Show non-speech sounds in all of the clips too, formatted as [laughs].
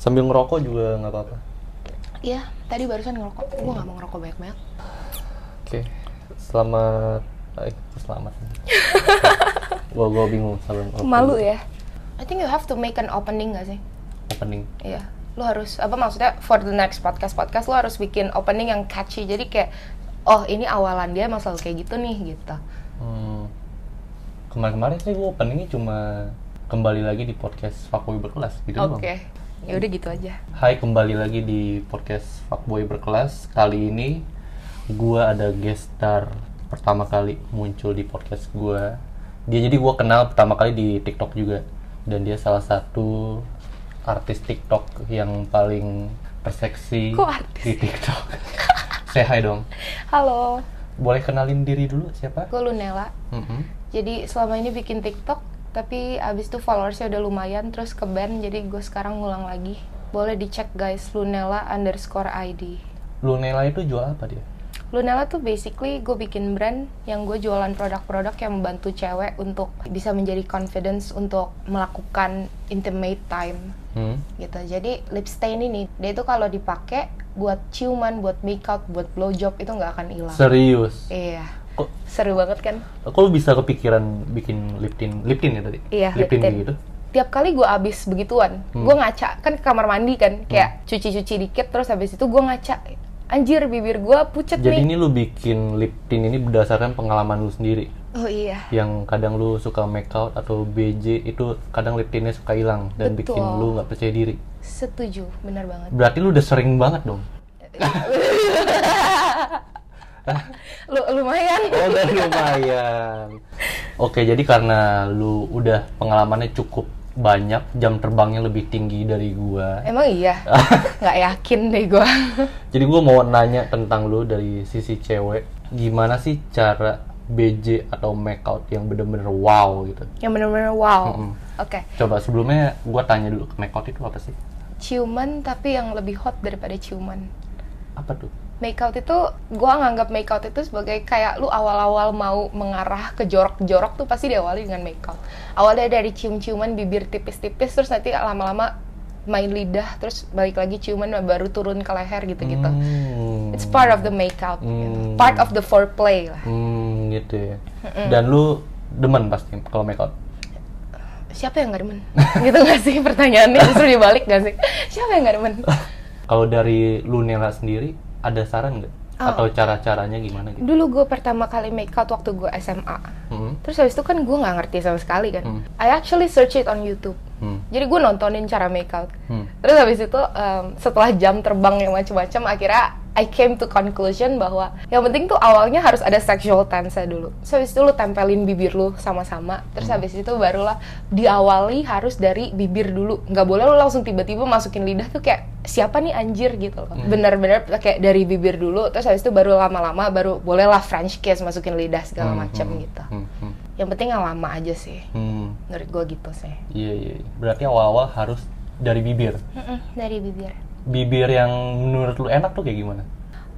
Sambil ngerokok juga nggak apa-apa. Iya, tadi barusan ngerokok. Gue nggak mau ngerokok banyak-banyak. Oke. Selamat eh [laughs] selamat. gua gua bingung salam opening. Malu ya? I think you have to make an opening gak sih? Opening. Iya. Lu harus apa maksudnya for the next podcast podcast lu harus bikin opening yang catchy. Jadi kayak oh ini awalan dia emang selalu kayak gitu nih gitu. Hmm. Kemarin-kemarin sih gua openingnya cuma kembali lagi di podcast Fuckboy Berkelas gitu doang. Oke. Ya udah gitu aja. Hai, kembali lagi di podcast Fuckboy Berkelas. Kali ini gua ada guest star pertama kali muncul di podcast gua. Dia jadi gua kenal pertama kali di TikTok juga dan dia salah satu artis TikTok yang paling terseksi Kok artis? di TikTok. [laughs] Say hi dong. Halo, Boleh kenalin diri dulu siapa? Gue Lunella. Mhm. Jadi selama ini bikin TikTok tapi abis itu followersnya udah lumayan terus ke band jadi gue sekarang ngulang lagi boleh dicek guys Lunella underscore ID Lunella itu jual apa dia? Lunella tuh basically gue bikin brand yang gue jualan produk-produk yang membantu cewek untuk bisa menjadi confidence untuk melakukan intimate time Hmm. gitu. Jadi lip stain ini dia itu kalau dipakai buat ciuman, buat makeup, buat blowjob itu nggak akan hilang. Serius. Iya, Kok seru banget kan? kok lu bisa kepikiran bikin lip tint? Lip tint ya tadi? Iya, lip tint lip tint. gitu. Tiap kali gue abis begituan, Hmm. gue ngaca kan ke kamar mandi kan, kayak cuci-cuci dikit terus habis itu gue ngaca, anjir bibir gue pucet Jadi nih. ini lu bikin lip tint ini berdasarkan pengalaman lu sendiri Oh iya, yang kadang lu suka make out atau BJ itu kadang lip tintnya suka hilang dan Betul. bikin lu nggak percaya diri. setuju, benar banget. Berarti lu udah sering banget dong. Lu lumayan. Oh, udah lumayan. Oke, jadi karena lu udah pengalamannya cukup banyak, jam terbangnya lebih tinggi dari gua. Emang [laughs] iya? Nggak yakin deh gue. Jadi gua mau nanya tentang lu dari sisi cewek, gimana sih cara BJ atau make out yang bener-bener wow gitu. [laughs] Yang bener-bener wow. Mm-mm. Oke, Coba sebelumnya gua tanya dulu, make out itu apa sih? ciuman tapi yang lebih hot daripada ciuman. Apa tuh? Makeout itu, gue nganggap makeout itu sebagai kayak lu awal-awal mau mengarah ke jorok-jorok tuh pasti diawali dengan makeout. Awalnya dari cium-ciuman bibir tipis-tipis, terus nanti lama-lama main lidah, terus balik lagi ciuman baru turun ke leher gitu-gitu. Hmm. It's part of the makeout, gitu. Hmm. part of the foreplay lah. Hmm, gitu ya. Dan lu demen pasti kalau make out. Siapa yang nggak demen? [laughs] gitu nggak sih pertanyaannya justru dibalik nggak sih? Siapa yang nggak demen? Kalau dari lu Nela sendiri ada saran nggak? Oh. Atau cara-caranya gimana gitu? Dulu gue pertama kali makeout waktu gue SMA. Hmm. Terus habis itu kan gue nggak ngerti sama sekali kan. Hmm. I actually search it on YouTube. Hmm. Jadi gue nontonin cara makeout. Hmm. Terus habis itu em, setelah jam terbang yang macam-macam, akhirnya I came to conclusion bahwa yang penting tuh awalnya harus ada sexual tense ya dulu. Terus habis itu lu tempelin bibir lu sama-sama. Terus Hmm. habis itu barulah diawali harus dari bibir dulu. Nggak boleh lu langsung tiba-tiba masukin lidah tuh kayak siapa nih anjir gitu loh. Hmm. Bener-bener kayak dari bibir dulu. Terus habis itu baru lama-lama baru bolehlah French kiss masukin lidah segala Hmm, macam hmm, gitu. Hmm. hmm, Yang penting yang lama aja sih. hmm. Menurut gue gitu sih. Iya, iya. iya. Berarti awal-awal harus dari bibir. dari bibir. Bibir yang menurut lu enak tuh kayak gimana?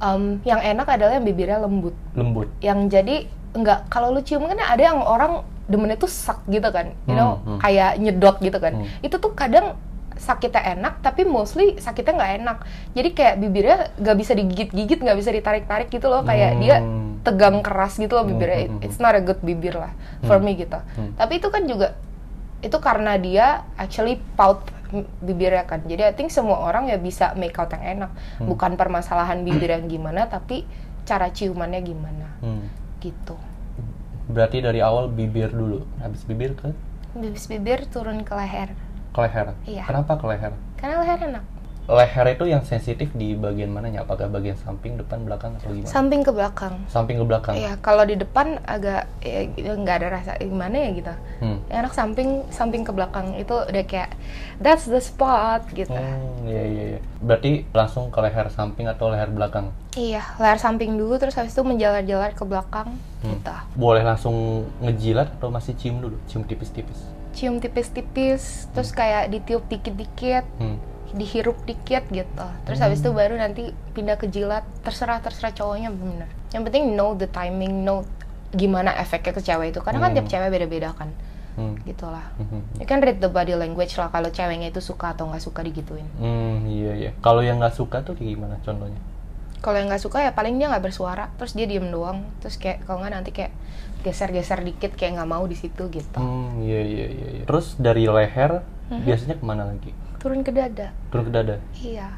Em, yang enak adalah yang bibirnya lembut. Lembut. Yang jadi nggak kalau lu cium kan ada yang orang demennya tuh sak gitu kan, you know, Hmm, hmm. kayak nyedot gitu kan. Hmm. Itu tuh kadang sakitnya enak, tapi mostly sakitnya nggak enak. Jadi kayak bibirnya nggak bisa digigit-gigit, nggak bisa ditarik-tarik gitu loh, kayak Hmm. dia tegang keras gitu loh Hmm, bibirnya. hmm, hmm. It's not a good bibir lah for Hmm. me gitu. Hmm. Tapi itu kan juga itu karena dia actually pout bibirnya kan. Jadi I think semua orang ya bisa make out yang enak. Hmm. Bukan permasalahan bibir yang gimana tapi cara ciumannya gimana Hmm. gitu. Berarti dari awal bibir dulu. Habis bibir ke Bibis bibir turun ke leher. ke leher. Iya. Kenapa ke leher? Karena leher enak. Leher itu yang sensitif di bagian mananya? Apakah bagian samping, depan, belakang atau gimana? Samping ke belakang. samping ke belakang. Iya, kalau di depan agak ya, gitu, nggak ada rasa gimana ya gitu. Hmm. Yang Enak samping samping ke belakang itu udah kayak that's the spot gitu. Hmm, iya iya iya. Berarti langsung ke leher samping atau leher belakang. Iya, leher samping dulu terus habis itu menjalar-jalar ke belakang Hmm. gitu. Boleh langsung ngejilat atau masih cium dulu? Cium tipis-tipis. Cium tipis-tipis, terus kayak ditiup dikit-dikit, Hmm. dihirup dikit gitu. Terus habis itu baru nanti pindah ke jilat, terserah terserah cowoknya bener. Yang penting know the timing, know gimana efeknya ke cewek itu. Karena kan Hmm. tiap cewek beda-beda kan. Hmm. gitulah Mhm. you can read the body language lah kalau ceweknya itu suka atau nggak suka digituin Hmm, iya iya. Kalau yang nggak suka tuh kayak gimana contohnya? kalau yang nggak suka ya paling dia nggak bersuara terus dia diem doang terus kayak kalau nggak nanti kayak geser-geser dikit kayak nggak mau di situ gitu Hmm, iya iya iya. iya. Terus dari leher biasanya kemana lagi? turun ke dada Turun ke dada. iya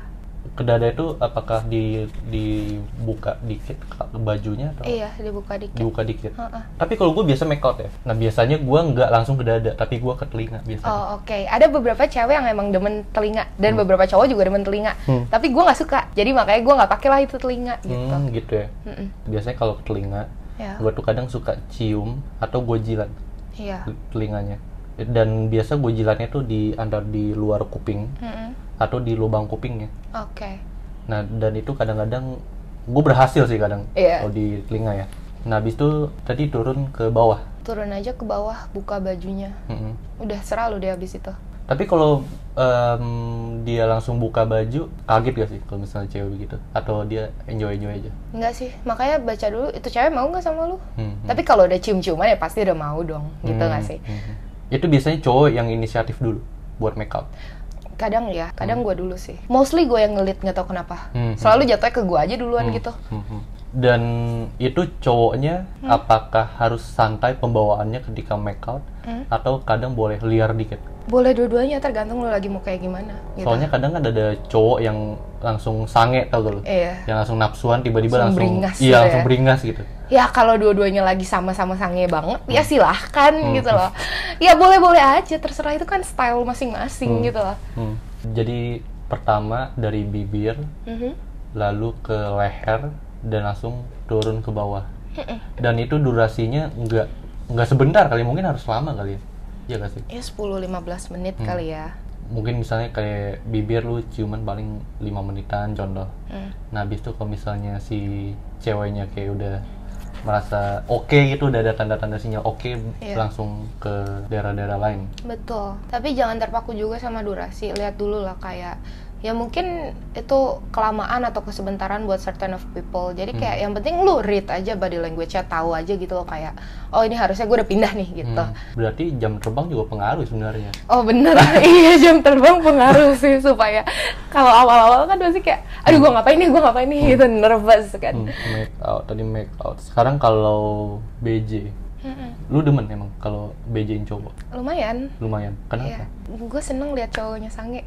Ke dada itu apakah di dibuka dikit ka- bajunya atau iya dibuka dikit dibuka dikit? Heeh. Tapi kalau gue biasa make out ya. Nah biasanya gue nggak langsung ke dada, tapi gue ke telinga biasanya. Oh oke, ada beberapa cewek yang emang demen telinga dan beberapa cowok juga demen telinga. Hmm. Tapi gue nggak suka, jadi makanya gue nggak pakailah itu telinga gitu. Hmm, gitu ya. Mm-mm. Biasanya kalau ke telinga, Ya, gue tuh kadang suka cium atau gue jilat iya. telinganya. Dan biasa gue jilatnya tuh di antara di luar kuping Mm-mm. atau di lubang kupingnya. Oke. Nah, dan itu kadang-kadang gue berhasil sih kadang Iya. kalau di telinga ya. Nah, habis itu tadi turun ke bawah. Turun aja ke bawah, buka bajunya. Mm-mm. Udah serah lu deh abis itu. Tapi kalau em, dia langsung buka baju, kaget gak sih kalau misalnya cewek begitu? Atau dia enjoy-enjoy aja? Enggak sih, makanya baca dulu itu cewek mau nggak sama lu. Hmm, hmm. Tapi kalau udah cium-ciuman ya pasti udah mau dong, gitu nggak Hmm, sih? hmm, hmm. Itu biasanya cowok yang inisiatif dulu buat make up. Kadang ya, kadang gua dulu sih. Mostly gue yang ngelit nggak tau kenapa. Hmm, Selalu jatuhnya ke gua aja duluan Hmm, gitu. hmm, hmm. Dan itu cowoknya Hmm. apakah harus santai pembawaannya ketika make out Hmm. atau kadang boleh liar dikit? Boleh dua-duanya tergantung lu lagi mau kayak gimana. Gitu. Soalnya kadang ada ada cowok yang langsung sange tau gak lu? Iya. Yang langsung nafsuan tiba-tiba langsung, Langsung beringas gitu iya langsung ya. beringas gitu. ya kalau dua-duanya lagi sama-sama sange banget ya silahkan gitu loh ya boleh-boleh aja terserah itu kan style masing-masing gitu loh Hmm. Jadi pertama dari bibir, Mhm. lalu ke leher dan langsung turun ke bawah. Dan itu durasinya nggak nggak sebentar kali, mungkin harus lama kali ya. Iya gak sih? ya 10-15 menit kali ya Mungkin misalnya kayak bibir lu ciuman paling 5 menitan contoh. Hmm. Nah, habis itu kalau misalnya si ceweknya kayak udah merasa oke gitu, udah ada tanda-tanda sinyal oke, Iya. langsung ke daerah-daerah lain. betul tapi jangan terpaku juga sama durasi lihat dulu lah kayak ya mungkin itu kelamaan atau kesebentaran buat certain of people jadi kayak yang penting lu read aja body language-nya tahu aja gitu loh kayak oh ini harusnya gue udah pindah nih gitu Hmm. Berarti jam terbang juga pengaruh sebenarnya. Oh bener, [laughs] iya jam terbang pengaruh sih supaya kalau awal-awal kan pasti kayak, aduh gua ngapain nih, gua ngapain nih, gitu nervous kan. Hmm, Make out, tadi make out. Sekarang kalau BJ, Mm-mm. lu demen emang kalau BJ-in cowok? Lumayan, Lumayan. ya. Kenapa? Gue seneng lihat cowoknya sange.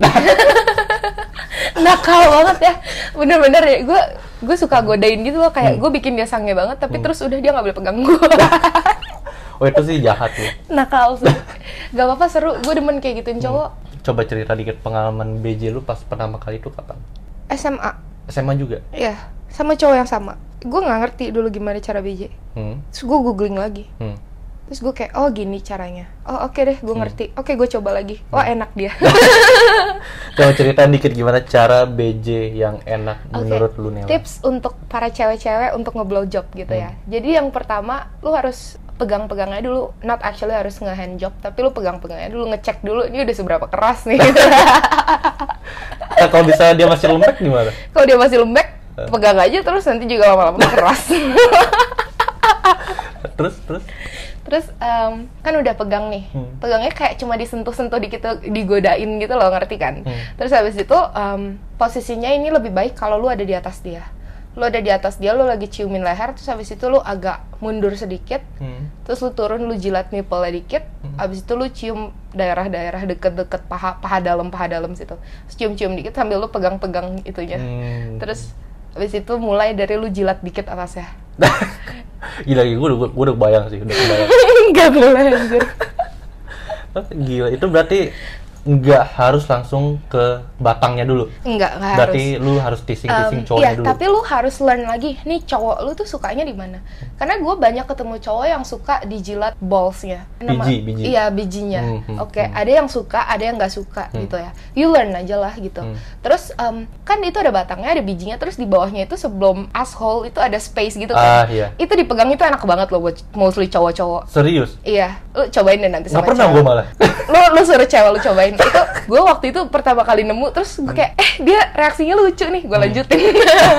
Nakal banget ya, bener-bener ya. Gue gue suka godain gitu loh, kayak gue bikin dia sange banget, tapi terus udah dia nggak boleh pegang gue. Oh, itu sih jahat ya. [laughs] Nakal sih, gak apa-apa seru. Gue demen kayak gituin cowok. Coba cerita dikit pengalaman BJ lu pas pertama kali itu kapan? SMA, SMA juga. ya sama cowok yang sama. Gue nggak ngerti dulu gimana cara BJ. Hmm. Terus gue googling lagi. Hmm. terus gue kayak oh gini caranya oh oke deh gue ngerti oke gue coba lagi wah Hmm. enak dia Coba cerita dikit gimana cara BJ yang enak [laughs] Oke. menurut lu Nela. tips untuk para cewek-cewek untuk ngeblow job gitu Hmm. ya jadi yang pertama lu harus pegang-pegangnya dulu not actually harus nge-hand job tapi lu pegang-pegangnya dulu ngecek dulu ini udah seberapa keras nih [laughs] Nah, kalau bisa dia masih lembek gimana? kalau dia masih lembek Eh. pegang aja terus nanti juga lama-lama keras [laughs] Terus terus terus em, kan udah pegang nih Hmm. pegangnya kayak cuma disentuh-sentuh dikit tuh, digodain gitu loh ngerti kan Hmm. terus habis itu em, posisinya ini lebih baik kalau lu ada di atas dia lu ada di atas dia lu lagi ciumin leher terus habis itu lu agak mundur sedikit Hmm. terus lu turun lu jilat nipple dikit habis itu lu cium daerah-daerah deket-deket paha paha dalam paha dalam situ Terus cium-cium dikit sambil lu pegang-pegang itunya Hmm. [laughs] terus habis itu mulai dari lu jilat dikit atasnya Gila, gila gue udah, gua udah bayang sih, udah kebayang. [laughs] nggak boleh anjir Tapi Gila, itu berarti nggak harus langsung ke batangnya dulu. nggak nggak harus berarti lu harus Um, tising-tising cowoknya Iya, dulu. tapi lu harus learn lagi nih cowok lu tuh sukanya di mana. Karena gue banyak ketemu cowok yang suka dijilat ballsnya. Biji, biji. Iya bijinya. Hmm, hmm, Oke, ada yang suka, ada yang nggak suka gitu ya. You learn aja lah gitu. Hmm. Terus um, kan itu ada batangnya, ada bijinya. Terus di bawahnya itu sebelum asshole itu ada space gitu Ah, kan. iya. Itu dipegang itu enak banget loh buat mostly cowok-cowok. Serius? Iya, lu cobain deh nanti Nggak sama pernah cewek. gue malah. Lu, lu suruh cewek lu cobain lanjutin itu gue waktu itu pertama kali nemu terus gue kayak eh dia reaksinya lucu nih Hmm. gue lanjutin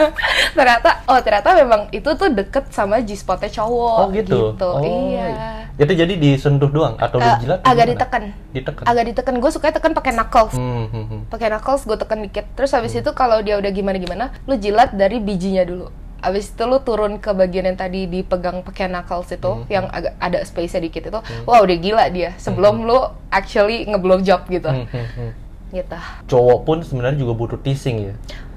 [laughs] ternyata oh ternyata memang itu tuh deket sama G spotnya cowok [laughs] Oh gitu. Oh. iya Itu jadi disentuh doang atau Eh, dijilat? atau agak gimana? ditekan Ditekan. agak ditekan gue suka tekan pakai knuckles Hmm, hmm, hmm. pakai knuckles gue tekan dikit terus habis itu kalau dia udah gimana gimana lu jilat dari bijinya dulu habis itu lu turun ke bagian yang tadi dipegang pakai knuckles itu Hmm. yang agak ada space sedikit itu wah udah gila dia sebelum lu actually ngeblow job gitu Hmm, hmm, hmm. gitu Cowok pun sebenarnya juga butuh teasing ya.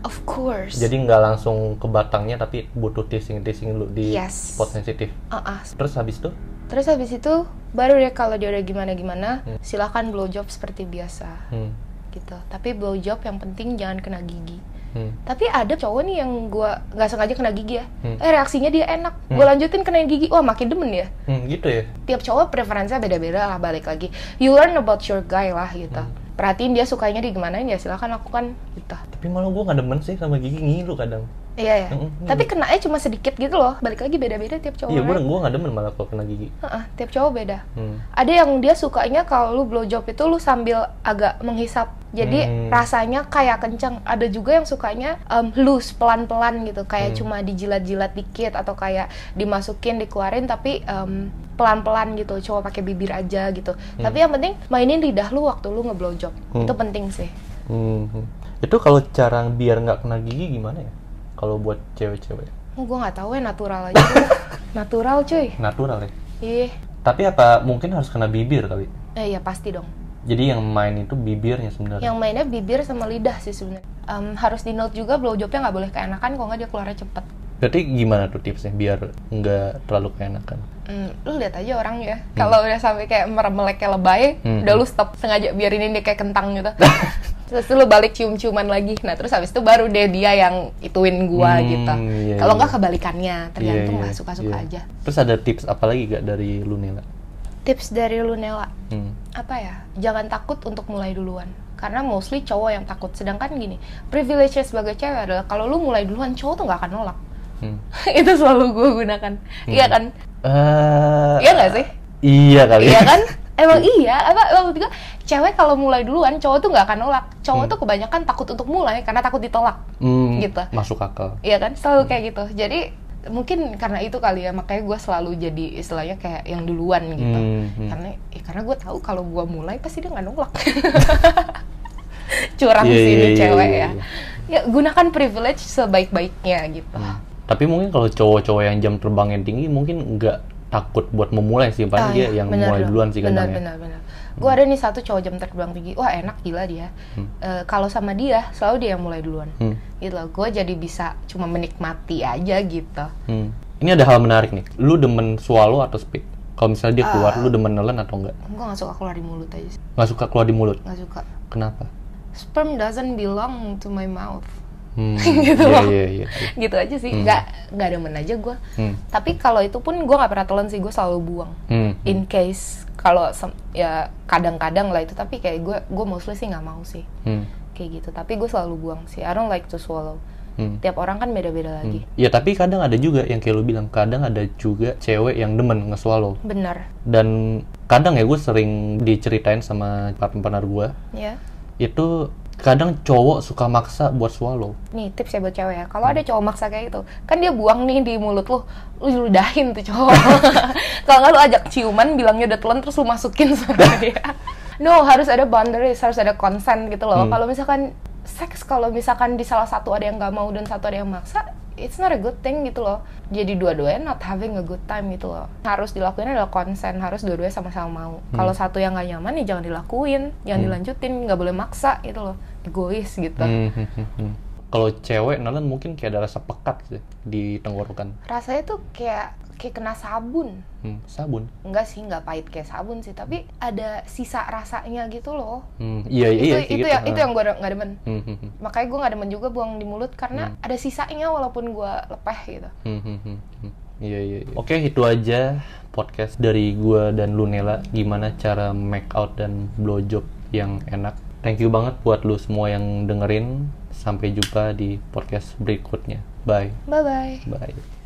of course Jadi nggak langsung ke batangnya tapi butuh teasing teasing dulu di Yes. spot sensitif. Ah, ah. Terus habis itu terus habis itu baru deh kalau dia udah gimana gimana silahkan blow job seperti biasa hmm, gitu tapi blow job yang penting jangan kena gigi hmm. tapi ada cowok nih yang gua nggak sengaja kena gigi ya Hmm. eh reaksinya dia enak gue lanjutin kena gigi wah makin demen ya Hmm, gitu ya. tiap cowok preferensinya beda-beda lah balik lagi you learn about your guy lah gitu Hmm. perhatiin dia sukanya di gimana ya silahkan lakukan gitu Tapi malah gue nggak demen sih sama gigi ngilu kadang. iya ya Mm-mm. tapi kenanya cuma sedikit gitu loh balik lagi beda-beda tiap Hmm, cowok Iya, gue right? gue nggak demen malah kalau kena gigi. Heeh, tiap cowok beda Hmm. ada yang dia sukanya kalau lu blowjob itu lu sambil agak menghisap jadi Hmm. rasanya kayak kencang ada juga yang sukanya em, loose pelan-pelan gitu kayak Hmm. cuma dijilat-jilat dikit atau kayak dimasukin dikeluarin tapi em, pelan-pelan gitu coba pakai bibir aja gitu tapi yang penting mainin lidah lu waktu lu ngeblowjob Hmm. itu penting sih Hmm, hmm. Itu kalau cara biar nggak kena gigi gimana ya? Kalau buat cewek-cewek oh, gue nggak tahu ya natural [laughs] aja natural cuy natural ya. ih Tapi apa mungkin harus kena bibir kali? eh ya pasti dong Jadi yang main itu bibirnya sebenarnya. yang mainnya bibir sama lidah sih sebenarnya Em, harus di note juga blowjobnya nggak boleh keenakan kalau nggak dia keluarnya cepet Berarti gimana tuh tipsnya biar nggak terlalu keenakan? Hmm, lu lihat aja orang ya. Kalau udah sampai kayak meremelek kayak lebay, Hmm. udah lu stop sengaja biarin dia kayak kentang [laughs] gitu. terus lu balik cium-ciuman lagi. Nah, terus habis itu baru deh dia yang ituin gua Hmm, gitu. iya, Kalau iya. nggak kebalikannya, tergantung Iya, lah iya, suka-suka iya. aja. Terus ada tips apa lagi gak dari lu Nela? Tips dari lu Nela, Hmm. apa ya? Jangan takut untuk mulai duluan. Karena mostly cowok yang takut. Sedangkan gini, privilege sebagai cewek adalah kalau lu mulai duluan, cowok tuh nggak akan nolak. Hmm. [laughs] Itu selalu gua gunakan. Iya kan? Eh, Iya nggak sih? Iya kali. Iya [laughs] kan? Emang iya, apa emang juga cewek kalau mulai duluan cowok tuh nggak akan nolak. Cowok tuh kebanyakan takut untuk mulai karena takut ditolak. Hmm, Gitu. Masuk akal. Iya kan? Selalu kayak gitu. Jadi mungkin karena itu kali ya makanya gue selalu jadi istilahnya kayak yang duluan gitu. Hmm, hmm. Karena ya karena gue tahu kalau gue mulai pasti dia nggak nolak. [laughs] Curang Iya, sih iya, ini iya, cewek iya, ya. Ya gunakan privilege sebaik-baiknya gitu. Tapi mungkin kalau cowok-cowok yang jam terbangnya tinggi mungkin nggak takut buat memulai sih, paling Ah, dia iya, yang benar mulai dong. duluan sih kadang benar, ya. benar, benar. Gue ada nih satu cowok jam terbang tinggi. Wah enak gila dia. Eh, kalau sama dia selalu dia yang mulai duluan. Hmm, Gitu loh. Gue jadi bisa cuma menikmati aja gitu. hmm. Ini ada hal menarik nih. Lu demen swallow atau spit? Kalau misalnya dia keluar, Ah. lu demen nelen atau enggak? Gue nggak suka keluar di mulut aja. sih. Nggak suka keluar di mulut. Nggak suka. Kenapa? Sperm doesn't belong to my mouth. Hmm, [laughs] Gitu iya, loh. iya, iya. Gitu aja sih. Nggak nggak demen aja gue. Hmm, Tapi kalau itu pun gue nggak pernah telan sih. Gue selalu buang. hmm. In case kalau sem- ya kadang-kadang lah itu. Tapi kayak gue gue mostly sih nggak mau sih. Hmm, kayak gitu tapi gue selalu buang sih I don't like to swallow hmm. tiap orang kan beda-beda lagi Ya tapi kadang ada juga yang kayak lu bilang, kadang ada juga cewek yang demen nge-swallow. benar Dan kadang ya gue sering diceritain sama partner gue, ya itu kadang cowok suka maksa buat swallow. nih tips ya buat cewek ya kalau ada cowok maksa kayak gitu kan dia buang nih di mulut lu lu ludahin tuh cowok [laughs] kalau nggak lu ajak ciuman bilangnya udah telan terus lu masukin suara dia no harus ada boundaries harus ada consent gitu loh kalau misalkan seks kalau misalkan di salah satu ada yang nggak mau dan satu ada yang maksa it's not a good thing gitu loh jadi dua-duanya not having a good time gitu loh harus dilakuin adalah konsen harus dua-duanya sama-sama mau kalau satu yang nggak nyaman ya jangan dilakuin jangan dilanjutin nggak boleh maksa gitu loh egois gitu Hmm, hmm, hmm, hmm. Kalau cewek nelen mungkin kayak ada rasa pekat sih di tenggorokan. rasanya tuh kayak kayak kena sabun Hmm, sabun. enggak sih nggak pahit kayak sabun sih tapi ada sisa rasanya gitu loh Hmm, iya iya itu itu ya itu yang gue nggak demen Hmm, hmm, hmm, makanya gue nggak demen juga buang di mulut karena ada sisanya walaupun gue lepeh gitu hmm, hmm, hmm, hmm. Iya iya. iya. Oke itu aja podcast dari gua dan Lunela gimana cara make out dan blowjob yang enak. Thank you banget buat lu semua yang dengerin. Sampai jumpa di podcast berikutnya. Bye bye bye bye.